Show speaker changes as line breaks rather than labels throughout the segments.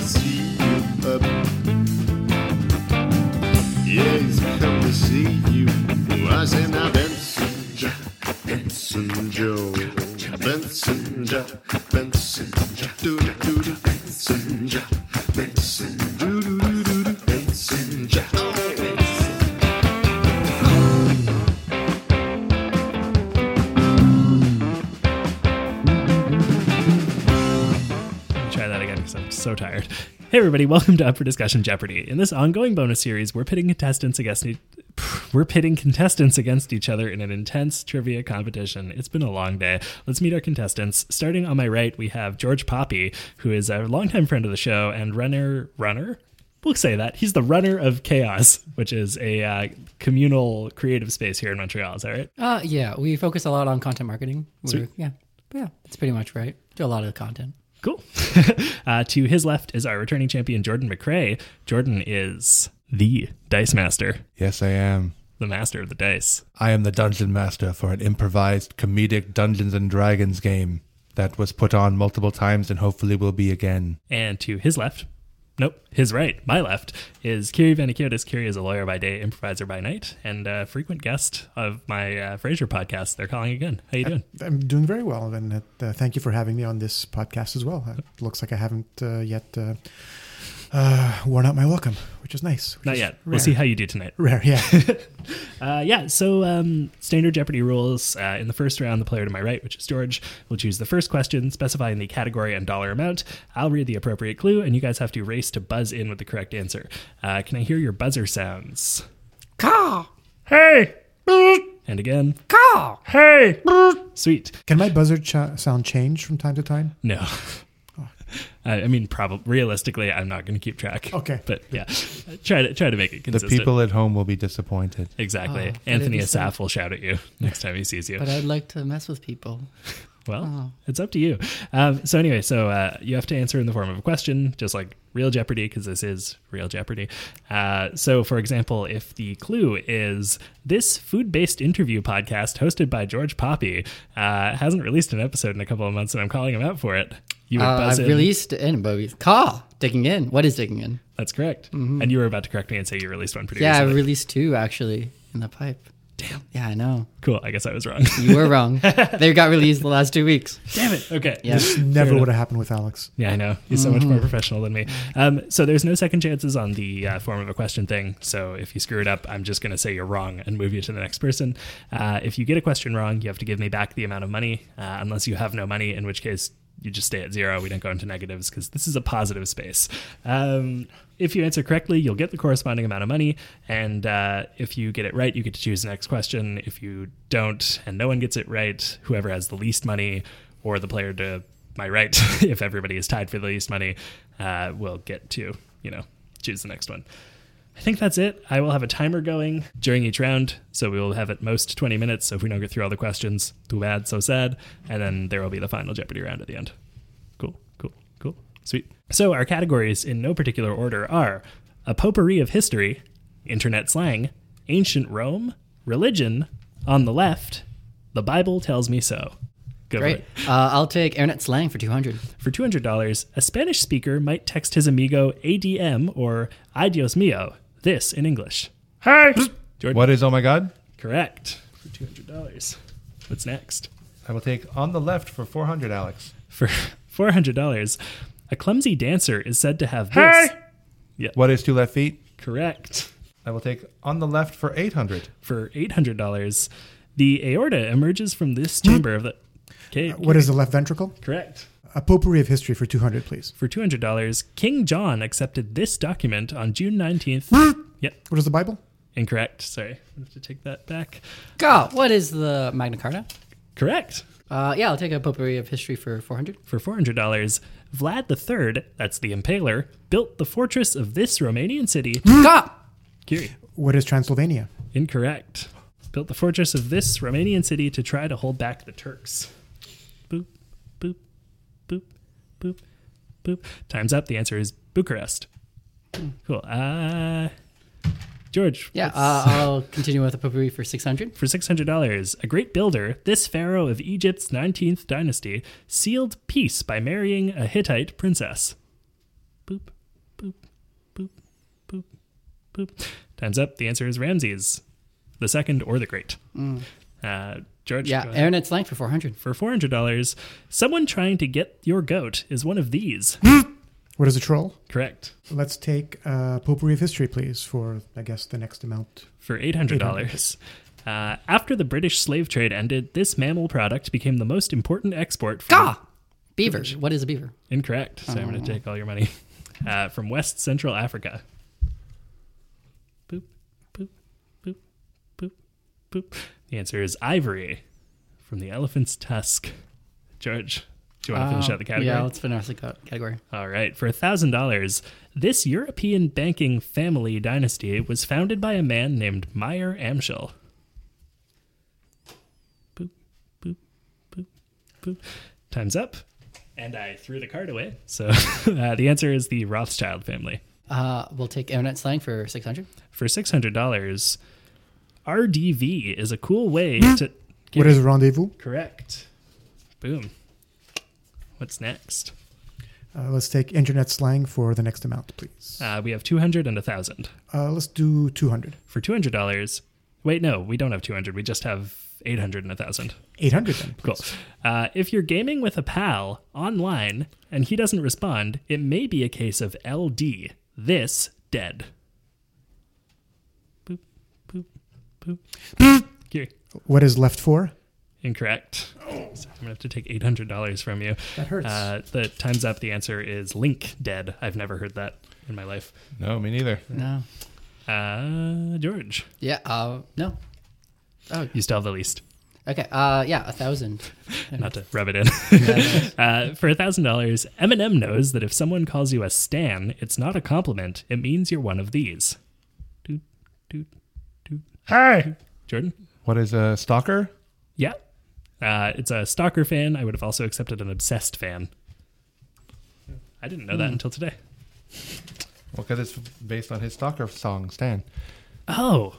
see you up. Yeah, he's come to see you. I say now Benson Jack, Benson Joe, Benson Jack, Benson Jack, do do do do, Benson Jack, Benson do do do do do, Benson Jack.
Let me try that again because I'm so tired. Hey, everybody, welcome to Up for Discussion Jeopardy. In this ongoing bonus series, we're pitting contestants against e- we're pitting contestants against each other in an intense trivia competition. It's been a long day. Let's meet our contestants. Starting on my right, we have George Poppy, who is a longtime friend of the show and runner runner. We'll say that he's the runner of chaos, which is a uh, communal creative space here in Montreal. Is that right?
Uh, yeah, we focus a lot on content marketing. We're, yeah, but yeah, that's pretty much right. Do a lot of the content.
Cool. uh, to his left is our returning champion, Jordan McRae. Jordan is the dice master,
Yes, I am.
the master of the dice.
I am the dungeon master for an improvised comedic Dungeons and Dragons game that was put on multiple times and hopefully will be again.
And to his left, nope, his right, my left, is Kiri Vanikiotis. Kiri is a lawyer by day, improviser by night, and a frequent guest of my uh, Frasier podcast. They're calling again. How you doing?
I'm doing very well, and uh, thank you for having me on this podcast as well. It looks like I haven't uh, yet uh, uh, worn out my welcome, which is nice. which
Not
is
yet.
rare.
We'll see how you do tonight.
Rare, yeah.
Uh, yeah, so um, standard Jeopardy rules. Uh, in the first round, the player to my right, which is George, will choose the first question, specifying the category and dollar amount. I'll read the appropriate clue, and you guys have to race to buzz in with the correct answer. Uh, can I hear your buzzer sounds?
Caw,
Hey! And again,
caw.
hey! Sweet.
Can my buzzer ch- sound change from time to time?
No. I I mean, probably realistically, I'm not going to keep track.
Okay.
but yeah, try to try to make it
The
consistent.
people at home will be disappointed.
exactly.
Oh, but
Anthony
it'd be so-
Asaf will shout at you next time he sees you.
But I'd like to mess with people.
Well,
Oh.
it's up to you. Um, so anyway, so uh, you have to answer in the form of a question, just like real Jeopardy, because this is real Jeopardy. Uh, so, for example, if the clue is this food-based interview podcast hosted by George Poppy uh, hasn't released an episode in a couple of months, and I'm calling him out for it, you would
Uh,
buzz
I've
in.
released in, but we caw digging in. What is digging in?
That's correct. And you were about to correct me and say you released one pretty
Mm-hmm. Yeah, I
recently.
released two actually in the pipe. Damn. Yeah, I know.
cool. I guess I was wrong.
You were wrong. they got released the last two weeks.
Damn it. Okay.
Yeah.
Never would have happened with Alex.
Yeah, I know. He's so much more professional than me. Um, so there's no second chances on the uh, form of a question thing. So if you screw it up, I'm just going to say you're wrong and move you to the next person. Uh, if you get a question wrong, you have to give me back the amount of money, uh, unless you have no money, in which case you just stay at zero. We don't go into negatives because this is a positive space. Um, if you answer correctly, you'll get the corresponding amount of money. And uh, if you get it right, you get to choose the next question. If you don't and no one gets it right, whoever has the least money or the player to my right, if everybody is tied for the least money, uh, will get to, you know, choose the next one. I think that's it. I will have a timer going during each round, so we will have at most 20 minutes. So if we don't get through all the questions, too bad, so sad. And then there will be the final Jeopardy round at the end. Cool, cool, cool. Sweet. So our categories in no particular order are a potpourri of history, internet slang, ancient Rome, religion, on the left, the Bible tells me so. Go For
Great.
it.
Uh, I'll take internet slang for 200.
For $200, a Spanish speaker might text his amigo ADM or Adios mio, this in English. Hey! Jordan.
What is oh my god?
Correct. For $200. What's next?
I will take on the left for 400, Alex.
For $400, a clumsy dancer is said to have this.
What is two left feet?
Correct.
I will take on the left for 800.
For $800, the aorta emerges from this chamber of the. Okay.
What is the left ventricle?
Correct.
A potpourri of history for 200, please.
For $200, King John accepted this document on June 19th. yep.
What is the Bible?
Incorrect. Sorry. I have to take that back.
Caw. What is the Magna Carta?
Correct.
Uh, yeah, I'll take a potpourri of history for 400.
For $400, Vlad III, that's the Impaler, built the fortress of this Romanian city.
Caw.
Kiri.
What is Transylvania?
Incorrect. Built the fortress of this Romanian city to try to hold back the Turks. Boop, boop, boop, boop, boop. Time's up. The answer is Bucharest. Cool. Uh, George.
Yeah,
what's-
uh, I'll continue with a potpourri for 600.
for $600, a great builder, this pharaoh of Egypt's 19th dynasty, sealed peace by marrying a Hittite princess. Boop, boop, boop, boop, boop. Time's up. The answer is Ramses, the second or the great. Uh, George,
Yeah,
go ahead.
Aaron, it's length for 400.
for four hundred dollars, someone trying to get your goat is one of these.
What is a troll?
Correct.
Let's take uh, potpourri of history, please, for I guess the next amount.
for eight hundred dollars. Uh, after the British slave trade ended, this mammal product became the most important export. From,
Gah! Beaver. What is a beaver?
Incorrect. So I'm going to take all your money uh, from West Central Africa. Boop, boop, boop, boop, boop. The answer is ivory from the elephant's tusk. George, do you want to finish out the category?
Oh, Um, Yeah, let's finish the ca- category.
All right, for $1,000, this European banking family dynasty was founded by a man named Meyer Amschel. Boop, boop, boop, boop. Time's up. And I threw the card away. So uh, the answer is the Rothschild family.
Uh, we'll take internet slang for 600.
For $600, RDV is a cool way to.
What is rendezvous?
Correct. Boom. What's next?
Uh, let's take internet slang for the next amount, please.
Uh, we have 200 and 1,000.
Uh, let's do 200.
for two hundred dollars. Wait, no, we don't have two hundred. We just have eight hundred and a thousand.
800 then,
Cool.
please.
Uh, if you're gaming with a pal online and he doesn't respond, it may be a case of LD. This dead. Boop, boop, boop. Here.
What is left for?
Incorrect. So I'm gonna have to take eight hundred dollars from you.
Oh. That hurts.
Uh, the time's up. The answer is Link dead. I've never heard that in my life.
No, me neither.
No.
Uh, George,
Yeah, uh, no. Oh,
you still have the least.
okay. Uh, yeah, a thousand.
not to rub it in. uh, for thousand dollars, Eminem knows that if someone calls you a stan, it's not a compliment. It means you're one of these. Doot, doot, doot.
Hey!
Jordan,
What is a stalker?
yeah, uh, it's a stalker fan. I would have also accepted an obsessed fan. I didn't know that until today.
Well, because it's based on his stalker song, Stan.
Oh,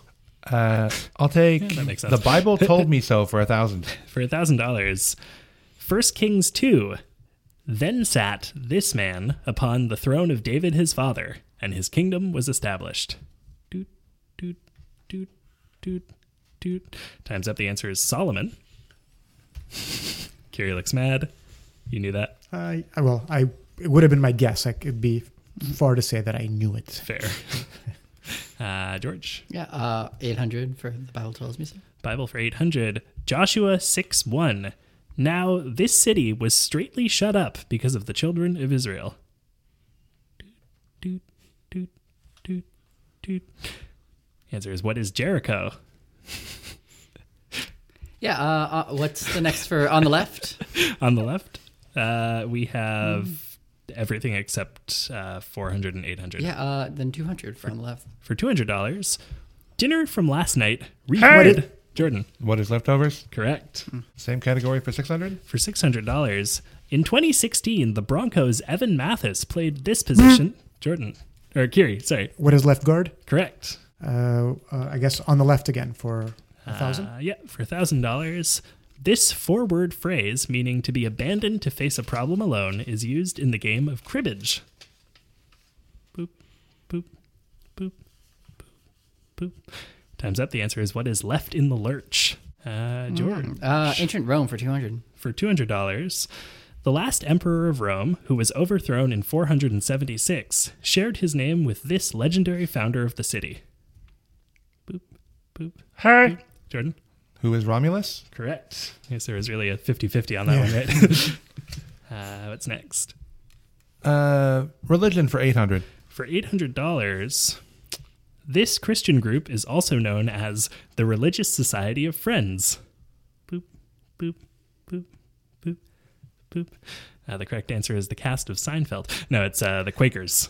Uh, I'll take
that makes sense.
the Bible told me so for a thousand.
for thousand dollars, First Kings two. Then sat this man upon the throne of David his father, and his kingdom was established. Doot, doot, doot, doot, doot. Times up. The answer is Solomon. Kiri looks mad. You knew that.
I I- well, I it would have been my guess. I could be far to say that I knew it.
Fair. Uh, George,
Yeah, uh, 800 for the Bible tells me so.
Bible for 800. Joshua 6 1. Now this city was straitly shut up because of the children of Israel. Doot, doot, doot, doot, doot. Answer is what is Jericho?
Yeah, uh, uh, what's the next for on the left?
On the left, uh, we have everything except uh, 400 and 800.
Yeah, uh, then 200 for on the left.
For $200, dinner from last night.
What
Reheated.
is-
Jordan,
What is leftovers?
correct.
Same category for 600?
for six hundred dollars. In 2016, the Broncos' Evan Mathis played this position. Jordan or Kiri, sorry,
What is left guard?
correct.
Uh, uh, I guess on the left again for a thousand.
Uh, yeah, for thousand dollars. This four-word phrase, meaning to be abandoned to face a problem alone, is used in the game of cribbage. Boop, boop, boop, boop, boop. Time's up. The answer is what is left in the lurch. Uh,
Hmm.
Jordan.
Uh, ancient Rome for 200.
for $200. The last emperor of Rome, who was overthrown in 476, shared his name with this legendary founder of the city. Boop, boop.
Hey!
Jordan?
Who is Romulus?
Correct. Yes, there was really a 50 50 on that one, right? uh, what's next?
Uh, religion for 800.
For $800, this Christian group is also known as the Religious Society of Friends. Boop, boop, boop, boop, boop. Uh, the correct answer is the cast of Seinfeld. No, it's uh, the Quakers.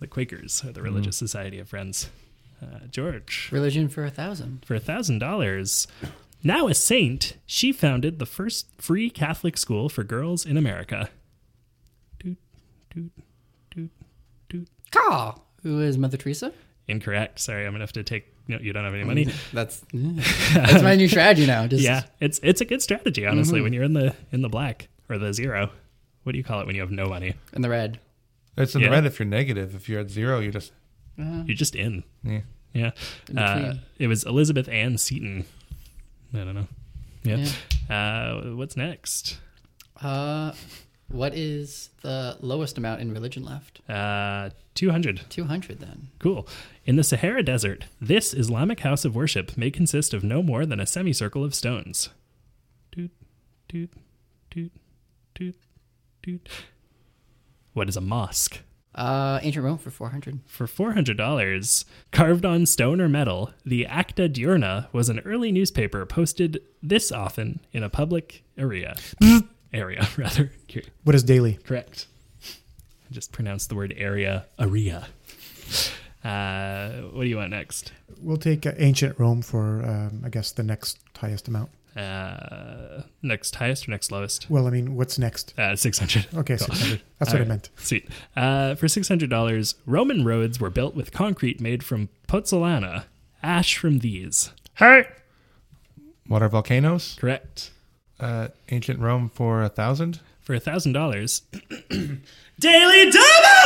The Quakers are the Religious Society of Friends. Uh, George,
Religion for a thousand.
for $1,000, now a saint, she founded the first free Catholic school for girls in America. Doot, doot, doot, doot.
Gah! Who is Mother Teresa?
Incorrect. Sorry, I'm gonna have to take. No, you don't have any money.
That's that's my new strategy now. Just,
Yeah, it's it's a good strategy,
Mm-hmm.
honestly. When you're in the in the black or the zero, what do you call it when you have no money?
In the red.
It's in
Yeah.
red if you're negative. If you're at zero, you're just
You're just in.
yeah.
Yeah.
In
Uh,
between.
it was Elizabeth Ann Seton. I don't know. Yeah. Uh, what's next?
Uh, what is the lowest amount in religion left?
Uh, 200.
200 then.
Cool. In the Sahara Desert, this Islamic house of worship may consist of no more than a semicircle of stones. Toot, toot, toot, toot, toot. What is a mosque?
Uh, ancient Rome for 400.
For $400, carved on stone or metal, the Acta Diurna was an early newspaper posted this often in a public area. area, rather.
What is daily?
Correct. I just pronounced the word area, area. Uh, what do you want next?
We'll take uh, ancient Rome for, um, I guess, the next highest amount.
Uh, next highest or next lowest?
Well, I mean, what's next?
Uh, 600.
Okay,
Cool.
600. That's
All
what I
right.
meant.
Sweet. Uh, for $600, Roman roads were built with concrete made from pozzolana, ash from these.
Hey. What are volcanoes?
Correct.
Uh, ancient Rome for a thousand.
For $1,000, Daily Double!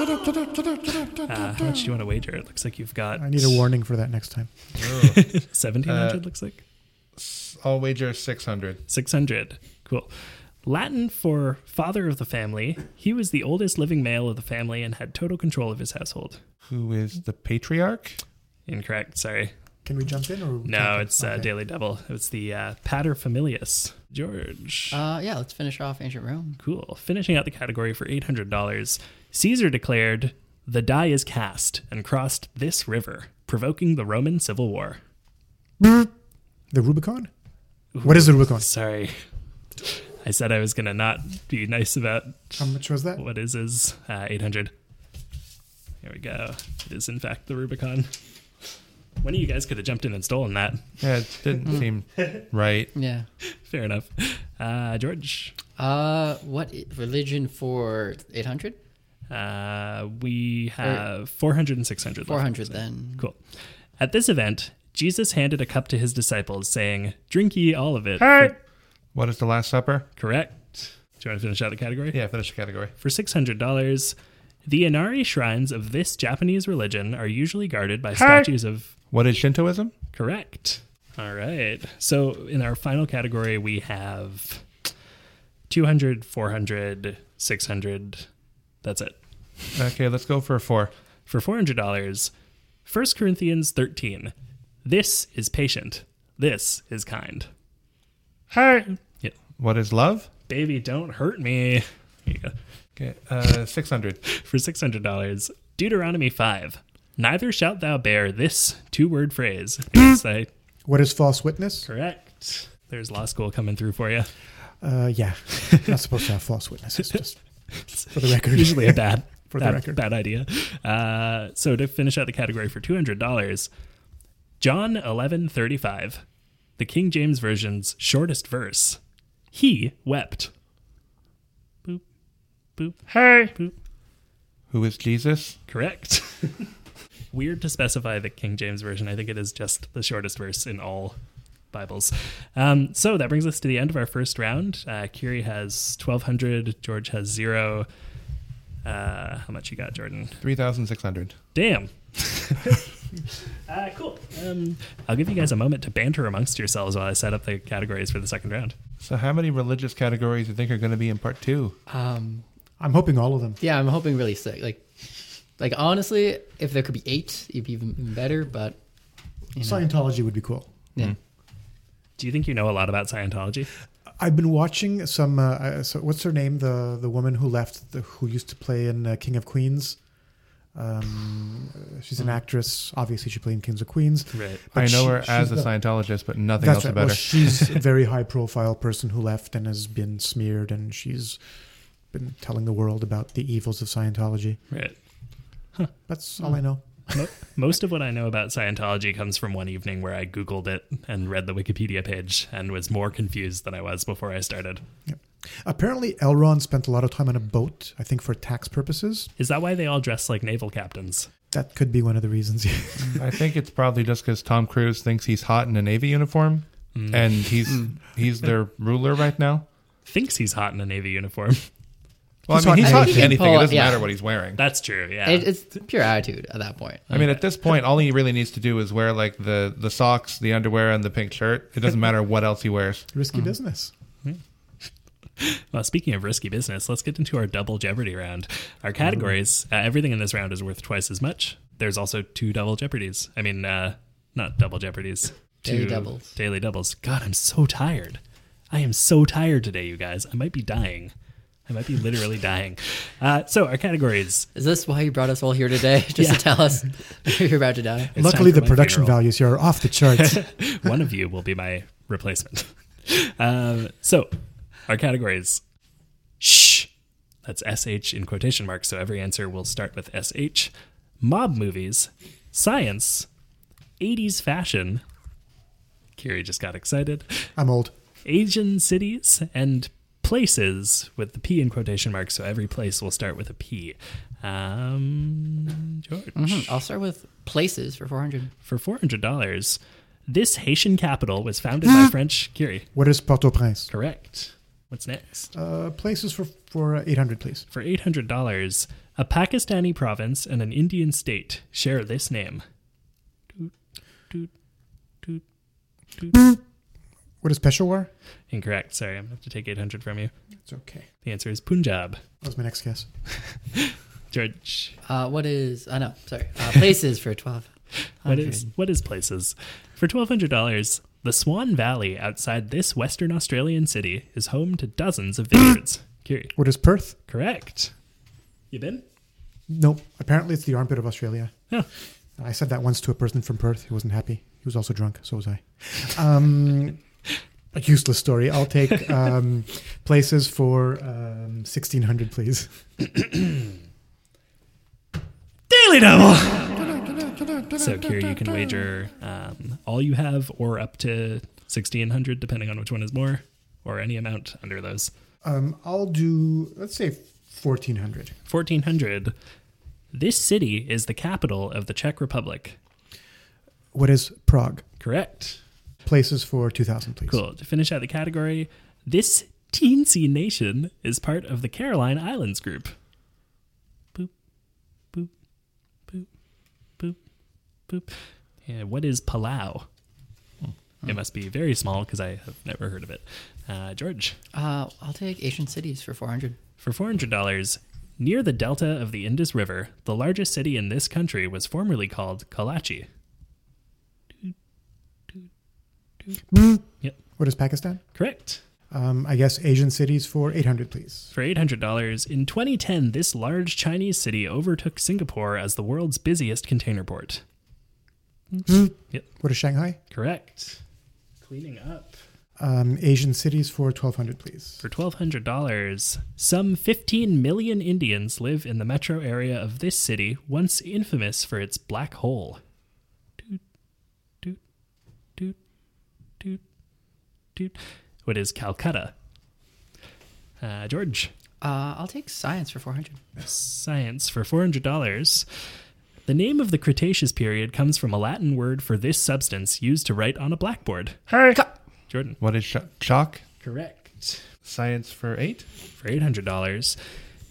Uh, how much do you want to wager? It looks like you've got
I need a warning for that next time. Uh,
1700 looks like.
I'll wager six hundred.
600. Cool. Latin for father of the family. He was the oldest living male of the family and had total control of his household.
Who is the patriarch?
Incorrect. Sorry.
Can we jump in? Or
No, it's uh,
Okay.
Daily Double. It's the uh, Paterfamilias. George.
Uh, yeah, let's finish off ancient Rome.
cool. Finishing out the category for $800, Caesar declared, The die is cast and crossed this river, provoking the Roman Civil War.
The Rubicon? What is the Rubicon?
Sorry. I said I was going to not be nice about
How much was that?
what is his uh, 800 here we go it is in fact the rubicon one of you guys could have jumped in and stolen that
Yeah, it didn't seem right.
Yeah.
fair enough uh, george
Uh, what i- religion for 800?
uh, we have 400 and 600 left.
400 then.
cool at this event jesus handed a cup to his disciples saying drink ye all of it
What is the Last Supper?
correct do you want to finish out the category
Yeah, finish the category.
for $600 the inari shrines of this japanese religion are usually guarded by statues of
What is Shintoism?
Correct. All right. So in our final category, we have 200, 400, 600. That's it.
Okay, let's go for four.
For $400, 1 Corinthians 13. This is patient. This is kind. Hey. Yeah.
What is love?
Baby, don't hurt me. Here you go.
Okay, uh, six hundred.
For $600, Deuteronomy 5. Neither shalt thou bear this two word phrase. It's like,
What is false witness?
correct. There's law school coming through for you.
Uh, yeah. Not supposed to have false witnesses, just for the record.
usually a bad
For the
bad,
record.
bad idea. Uh, so to finish out the category for two hundred dollars, John eleven thirty five, the King James version's shortest verse. He wept. Boop, boop. Hey. Boop.
Who is Jesus?
Correct. Weird to specify the King James version. I think it is just the shortest verse in all Bibles. Um, so that brings us to the end of our first round. Uh, Curie has twelve hundred. George has zero. Uh, how much you got, Jordan?
Three thousand six hundred.
Damn. uh, cool. Um, I'll give you guys a moment to banter amongst yourselves while I set up the categories for the second round.
So, how many religious categories do you think are going to be in part two?
Um,
I'm hoping all of them.
yeah, I'm hoping really sick. Like, like honestly, if there could be eight, it'd be even even better, but you know,
Scientology would be cool.
yeah.
Do you think you know a lot about Scientology?
I've been watching some. Uh, uh, so what's her name? The the woman who left, the, who used to play in uh, King of Queens. Um, uh, she's an actress. Obviously, she played in Kings of Queens.
Right.
But
Mm-hmm. I know
she-
her as a
she's the-
Scientologist, but nothing
That's
else
right.
about
Well,
her.
she's a very high profile person who left and has been smeared, and she's been telling the world about the evils of Scientology.
Right.
That's
Hmm.
all I know.
Mo- Most of what I know about Scientology comes from one evening where I Googled it and read the Wikipedia page and was more confused than I was before I started.
Apparently, Elron spent a lot of time on a boat. I think for tax purposes.
Is that why they all dress like naval captains?
That could be one of the reasons.
I think it's probably just because Tom Cruise thinks he's hot in a Navy uniform, and he's he's their ruler right now.
Thinks he's hot in a Navy uniform.
Well, I
He's
mean,
hot
he's
and
hot
he
to
can
anything.
pull
It
it,
doesn't
yeah.
matter what he's wearing.
That's true. Yeah.
It, it's pure attitude at that point.
I mean, at this point, all he really needs to do is wear like the the socks, the underwear, and the pink shirt. It doesn't matter what else he wears.
Risky
Hmm.
business.
Well, speaking of risky business, let's get into our double jeopardy round. Our categories, uh, everything in this round is worth twice as much. There's also two double jeopardies. I mean, uh, not double jeopardies.
Daily
two
doubles.
Daily doubles. God, I'm so tired. I am so tired today, you guys. I might be dying. I might be literally dying. Uh, so our categories.
Is this why you brought us all here today? Just
Yeah.
to tell us you're about to die?
It's
Luckily,
time for
the
my
production
funeral.
values here are off the charts.
One of you will be my replacement. um, so our categories. Shh. That's SH in quotation marks, so every answer will start with SH. Mob movies, science, 80s fashion. Kiri just got excited.
I'm old.
Asian cities and places with the P in quotation marks, so every place will start with a P. Um, George,
I'll start with places for 400.
for $400, this Haitian capital was founded by French. Kiri,
What is Port-au-Prince?
correct. What's next?
Uh, places for for uh, 800, please.
For $800, a Pakistani province and an Indian state share this name.
What is Peshawar?
Incorrect. Sorry, I'm going to have to take 800 from you.
It's okay.
The answer is Punjab.
That was my next guess.
George,
Uh, what is? I uh, know. Sorry. Uh, places for 12.
what is, what is places? For $1,200, the Swan Valley outside this Western Australian city is home to dozens of vineyards. Kiri,
What is Perth?
correct. You been?
No, apparently it's the armpit of Australia.
No.
I said that once to a person from Perth who wasn't happy. He was also drunk. So was I. Um, a useless story. I'll take um, places for um, 1600, please.
Daily Double. So, Kira, you can wager um, all you have or up to 1600, depending on which one is more, or any amount under those.
Um, I'll do, let's say 1400.
1400. This city is the capital of the Czech Republic.
What is Prague?
Correct.
Places for 2000, please.
Cool. To finish out the category, this teensy nation is part of the Caroline Islands group. Boop, boop, boop, boop, boop. Yeah, what is Palau? It must be very small because I have never heard of it. Uh, George,
Uh, I'll take Asian cities for 400.
for $400, near the delta of the Indus River, the largest city in this country was formerly called Kalachi. Yep,
What is Pakistan?
correct.
Um, I guess Asian cities for 800, please.
For $800, in 2010, this large Chinese city overtook Singapore as the world's busiest container port.
What is Shanghai?
Correct. Cleaning up.
Um, Asian cities for 1200, please.
For $1,200, some 15 million Indians live in the metro area of this city, once infamous for its black hole. Doot, doot, doot, doot, doot. What is Calcutta? Uh, George.
Uh, I'll take science for 400.
Science for $400. The name of the Cretaceous period comes from a Latin word for this substance used to write on a blackboard. Hey! Jordan.
What is sh- chalk?
Correct.
Science for eight.
For $800.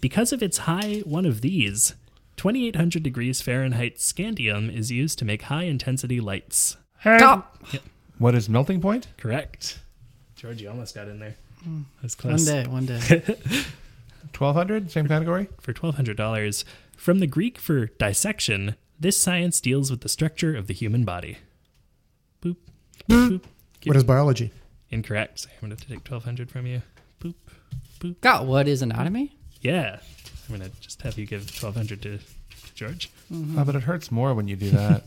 Because of its high one of these, 2800 degrees Fahrenheit scandium is used to make high intensity lights.
What is melting point?
Correct. George, you almost got in there. That was
One
close.
day, one day.
Twelve hundred. Same category.
for $1,200. From the Greek for dissection, this science deals with the structure of the human body. Boop. Boop.
What is biology?
Incorrect. So I'm going to take 1200 from you. Boop.
Got what is anatomy?
Yeah. I'm going to just have you give 1200 to George.
Oh, but it hurts more when you do that.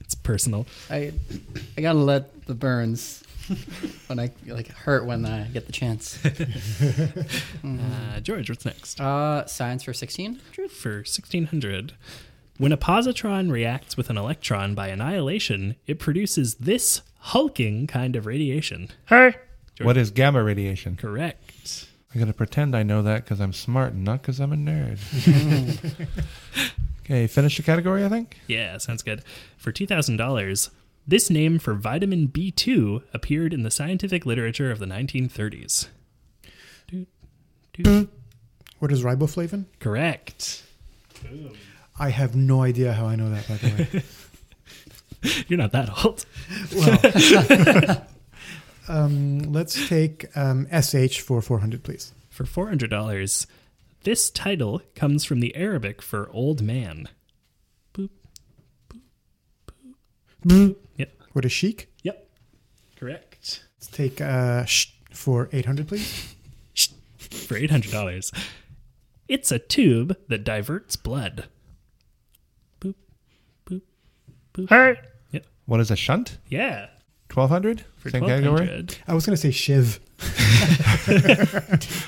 It's personal.
I I gotta let the burns when I like hurt when I get the chance.
Uh, George, what's next?
Uh, science for 16.
For 1600, when a positron reacts with an electron by annihilation, it produces this hulking kind of radiation.
what is gamma radiation?
Correct.
I'm gonna pretend I know that because I'm smart, and not because I'm a nerd. okay, finish the category. I think.
Yeah, sounds good. For $2,000, this name for vitamin B2 appeared in the scientific literature of the 1930s. Doot, doot,
What is riboflavin?
Correct.
I have no idea how I know that, by the way.
You're not that old.
um, let's take um, SH for 400, please.
For $400, this title comes from the Arabic for old man. Boop. Yep.
What is chic?
Yep. Correct.
Let's take uh, sh for 800, please.
For $800. It's a tube that diverts blood. Boop. Boop. Boop. Hey. Yep.
What is a shunt?
Yeah.
Twelve hundred?
For
Same
twelve
category.
hundred.
I was going to say shiv.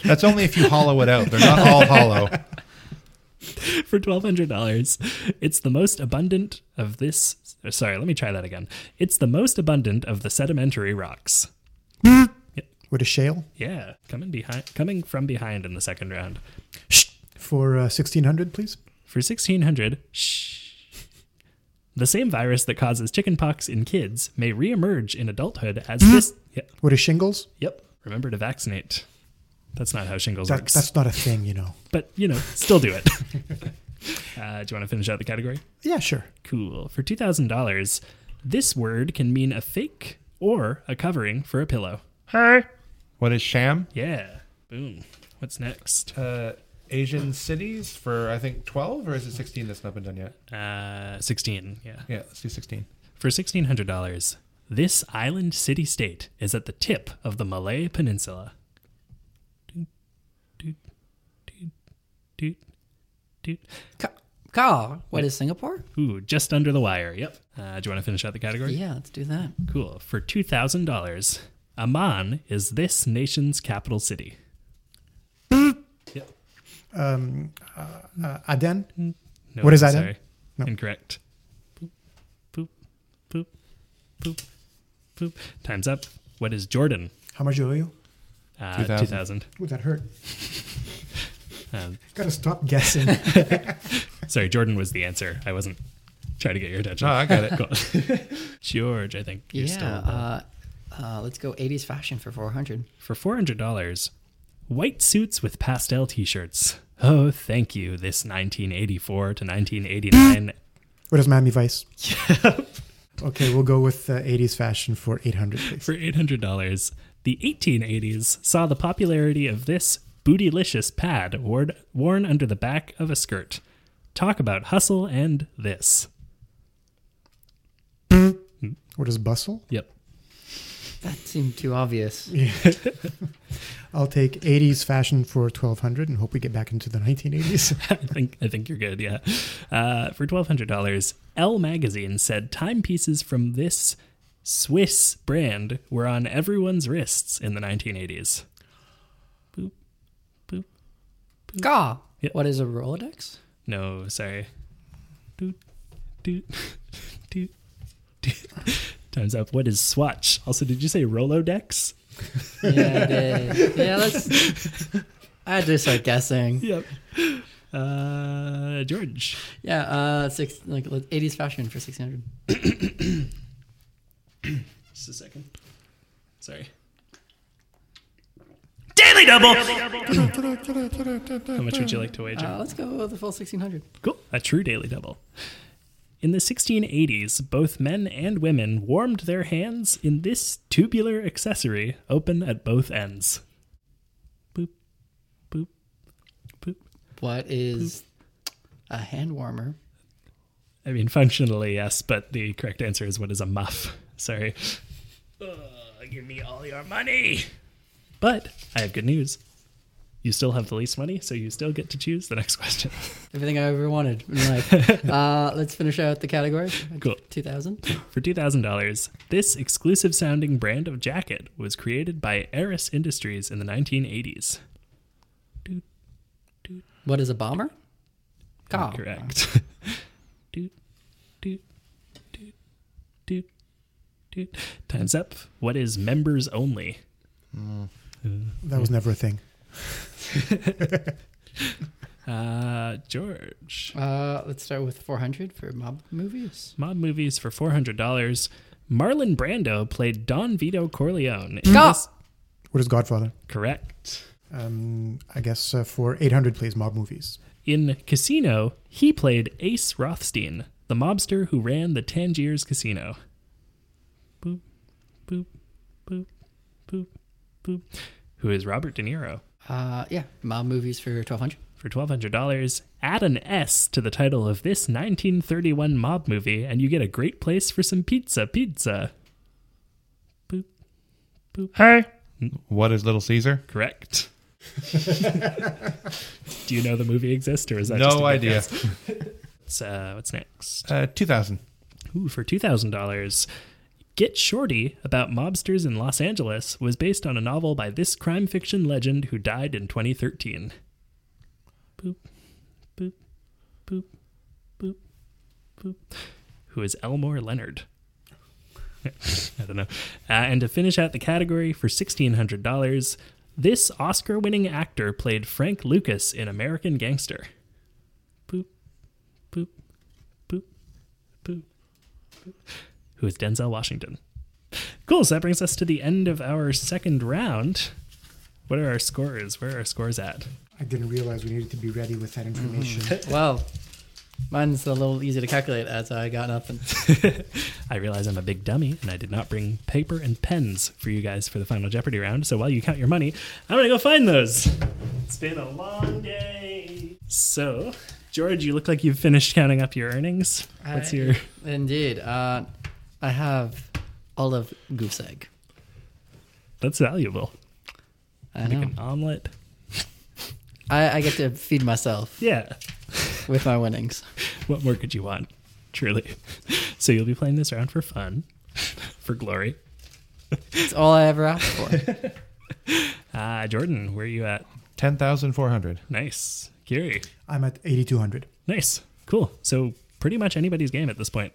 That's only if you hollow it out. They're not all hollow.
for twelve hundred dollars. It's the most abundant of this. or Sorry, let me try that again. It's the most abundant of the sedimentary rocks.
What is shale?
Yeah, coming behind, coming from behind in the second round
For uh, 1600, please.
for sixteen hundred. Shh. The same virus that causes chickenpox in kids may reemerge in adulthood as this. Yep,
What is shingles?
yep. Remember to vaccinate. That's not how shingles
That,
works,
that's not a thing, you know.
but you know, still do it. uh, do you want to finish out the category?
Yeah, sure.
Cool. For $2,000, this word can mean a fake or a covering for a pillow.
What is sham?
Yeah. Boom. What's next?
Uh, Asian cities for I think twelve or is it sixteen that's not been done yet?
Uh, 16. Yeah.
Yeah, let's do sixteen.
For $1,600, this island city state is at the tip of the Malay Peninsula. Doot, doot, doot, doot, doot.
Ka- Ka, what is Singapore?
Ooh, just under the wire. Yep. Uh, do you want to finish out the category?
Yeah, let's do that.
Cool. For $2,000, Amman is this nation's capital city.
Um, uh, uh, Aden?
No,
What is
I'm
that,
sorry.
No.
Incorrect. Boop, boop, boop, boop, boop. Time's up. What is Jordan?
How much owe you?
Uh,
2000.
2000.
Ooh, that hurt.
Um,
Gotta stop guessing.
sorry, Jordan was the answer. I wasn't trying to get your attention.
No, Ah, I got it.
Cool. George, I think you're still
yeah,
up.
uh, uh, let's go 80s fashion for 400.
for $400. White suits with pastel t shirts. Oh, thank you, this 1984 to 1989.
what is Miami Vice? Okay, we'll go with uh, 80s fashion for 800, please.
for $800. The 1880s saw the popularity of this bootylicious pad worn, worn under the back of a skirt. Talk about hustle and this.
What is bustle?
Yep.
That seemed too obvious.
I'll take 80s fashion for 1200 and hope we get back into the 1980s.
I think I think you're good. Yeah. Uh, for twelve hundred dollars, Elle magazine said timepieces from this Swiss brand were on everyone's wrists in the 1980s. Boop, boop.
Ka,
Yeah.
what is a Rolodex?
No, sorry. Doot, doot, doot, doot. Time's up. What is Swatch? Also, did you say Rolodex?
Yeah, I did. yeah, let's. I had to start guessing.
Yep. Uh, George.
Yeah, uh, six like let- 80s fashion for 600.
Just a second. Sorry. Daily double. How much would you like to wager?
Uh, let's go with the full 1600.
Cool. A true daily double. In the 1680s, both men and women warmed their hands in this tubular accessory open at both ends. Boop, boop, boop.
What is a hand warmer?
I mean, functionally, yes, but the correct answer is what is a muff? Sorry. Ugh, give me all your money. But I have good news. You still have the least money, so you still get to choose the next question.
Everything I ever wanted in life. uh, let's finish out the category.
Cool.
2000.
For $2,000, this exclusive sounding brand of jacket was created by Eris Industries in the 1980s.
What is a bomber? Ka.
Correct. doot, doot, doot, doot, doot. Time's up. What is members only?
That was never a thing.
Uh, George.
Uh, let's start with 400 for mob movies.
Mob movies for $400. Marlon Brando played Don Vito Corleone. in
Ka.
this-
What is Godfather?
Correct.
Um, I guess uh, for 800, please, mob movies.
In Casino, he played Ace Rothstein, the mobster who ran the Tangiers Casino. Boop, boop, boop, boop, boop. Who is Robert De Niro?
Uh, yeah, mob movies for twelve hundred.
For $1,200, add an S to the title of this 1931 mob movie, and you get a great place for some pizza. Pizza. Boop, boop. Hey!
What is Little Caesar?
Correct. Do you know the movie exists, or is that just a
No
good
idea.
guess? What's, uh, what's next?
Uh, 2000.
Ooh, for two thousand dollars. Get Shorty about mobsters in Los Angeles was based on a novel by this crime fiction legend who died in 2013. Boop, boop, boop, boop, boop. Who is Elmore Leonard? I don't know. Uh, and to finish out the category for $1,600, this Oscar winning actor played Frank Lucas in American Gangster. Boop, boop, boop, boop who is Denzel Washington. Cool. So that brings us to the end of our second round. What are our scores? Where are our scores at?
I didn't realize we needed to be ready with that
Mm-hmm.
information.
Well, mine's a little easy to calculate as I got nothing.
I realize I'm a big dummy and I did not bring paper and pens for you guys for the final Jeopardy round. So while you count your money, I'm going to go find those. It's been a long day. So, George, you look like you've finished counting up your earnings. What's
I-
your.
Indeed, uh, I have olive goose egg.
That's valuable.
I
Make
know.
an omelet.
I, I get to feed myself
Yeah.
with my winnings.
What more could you want? Truly. So you'll be playing this round for fun, for glory.
It's all I ever asked for.
Uh, Jordan, where are you at?
10,400.
Nice. Kiri.
I'm at 8,200.
Nice. Cool. So pretty much anybody's game at this point.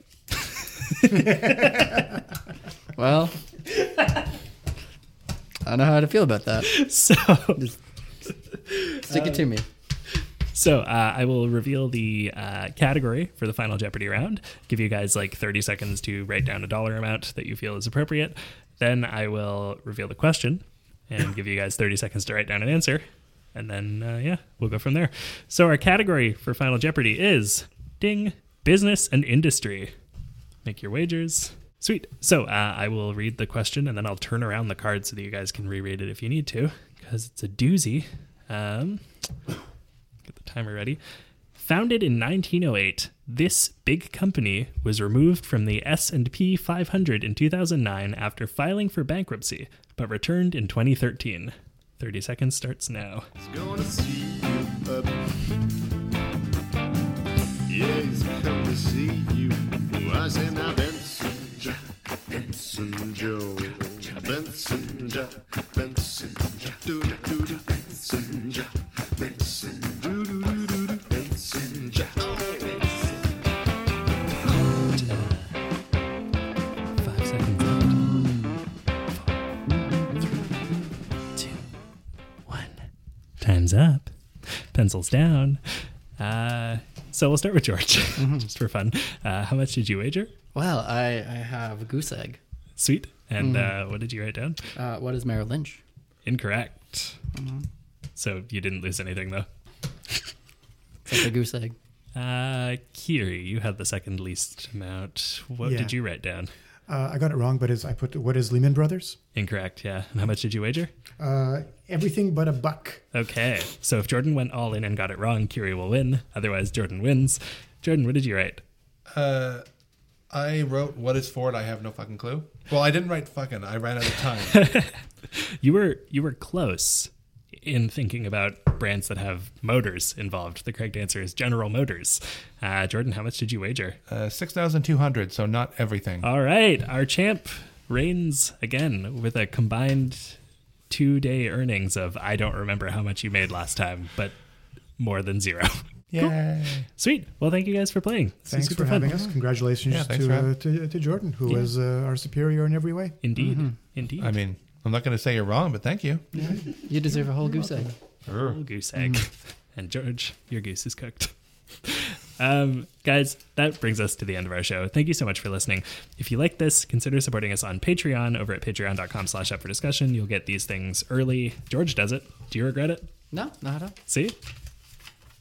Well, I don't know how to feel about that. Um,
So
Stick it to me.
so uh, I will reveal the uh, category for the final Jeopardy round. Give you guys like 30 seconds to write down a dollar amount that you feel is appropriate. Then I will reveal the question and give you guys 30 seconds to write down an answer. And then, uh, yeah, we'll go from there. So our category for Final Jeopardy is ding, business and industry. make your wagers. Sweet. So uh, I will read the question and then I'll turn around the card so that you guys can reread it if you need to, because it's a doozy. Um, get the timer ready. Founded in 1908, this big company was removed from the S&P 500 in 2009 after filing for bankruptcy, but returned in 2013. 30 seconds starts now.
gonna see you up. Yeah, he's come to see you. Was in a Benson Joe, Benson Joe, Benson Joe, Benson Joe, do do do do, Benson Joe, Benson do do do do do, Benson Joe.
Five seconds left. Four, three, two, one. Time's up. Pencils down. Uh, so we'll start with George, just for fun. Uh, how much did you wager?
Well, I, I have a goose egg.
Sweet. And uh, what did you write down?
Uh, what is Merrill Lynch?
Incorrect. So you didn't lose anything, though.
It's like a goose egg.
Uh, Kiri, you had the second least amount. What
Yeah.
did you write down?
Uh, I got it wrong, but is I put what is Lehman Brothers?
Incorrect, yeah. And how much did you wager?
Uh, everything but a buck.
Okay, so if Jordan went all in and got it wrong, Kiri will win. Otherwise, Jordan wins. Jordan, what did you write?
Uh, I wrote what is Ford. I have no fucking clue. Well, I didn't write fucking. I ran out of time.
You were you were close in thinking about brands that have motors involved. The correct answer is General Motors. Uh, Jordan, how much did you wager?
uh, Six thousand two hundred. So not everything.
All right, our champ reigns again with a combined two day earnings of I don't remember how much you made last time, but more than zero.
yeah.
Sweet. Well, thank you guys for playing. This was
Thanks
super
for
fun.
having us. Congratulations
Yeah, thanks
to,
for having-
uh, to to Jordan, who
Yeah.
was uh, our superior in every way.
Indeed,
Mm-hmm.
indeed.
I mean, I'm not going to say you're wrong, but thank you.
You deserve a whole goose egg.
Mm-hmm.
goose egg. And George, your goose is cooked. Um, guys, that brings us to the end of our show. Thank you so much for listening. If you like this, consider supporting us on Patreon over at patreon.com slash up for discussion. You'll get these things early. George does it. Do you regret it?
No, not at all.
See?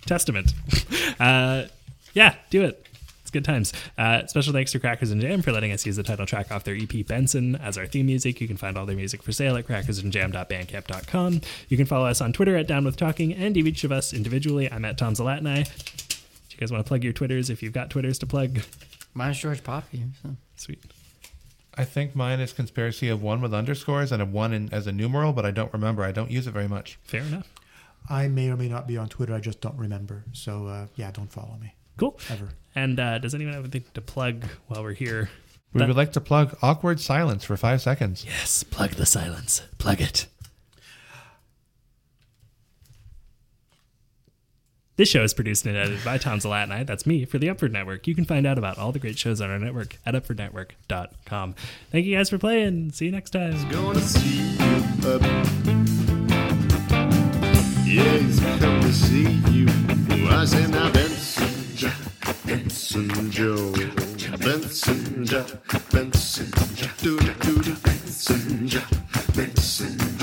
Testament. uh, yeah, do it. It's good times. Uh, special thanks to Crackers and Jam for letting us use the title track off their EP Benson as our theme music. You can find all their music for sale at crackersandjam.bandcamp.com. You can follow us on Twitter at Down With Talking and each of us individually. I'm at Tom Zalatni. Do you guys want to plug your Twitters if you've got Twitters to plug?
Mine's George Poppy. So.
Sweet.
I think mine is conspiracy of one with underscores and a one in, as a numeral, but I don't remember. I don't use it very much.
Fair enough.
I may or may not be on Twitter. I just don't remember. So uh, yeah, don't follow me
Cool.
ever.
And uh, does anyone have anything to plug while we're here?
We
That-
would like to plug awkward silence for five seconds.
Yes, plug the silence. Plug it. This show is produced and edited by Tom Zalatni. That's me for the Upford Network. You can find out about all the great shows on our network at upfordnetwork.com. Thank you guys for playing. See you next time.
gonna see you up. Yeah, he's come to see you. I say now Benson Joe, Benson Joe, Benson Joe, Benson Joe, do do do Benson Joe, Benson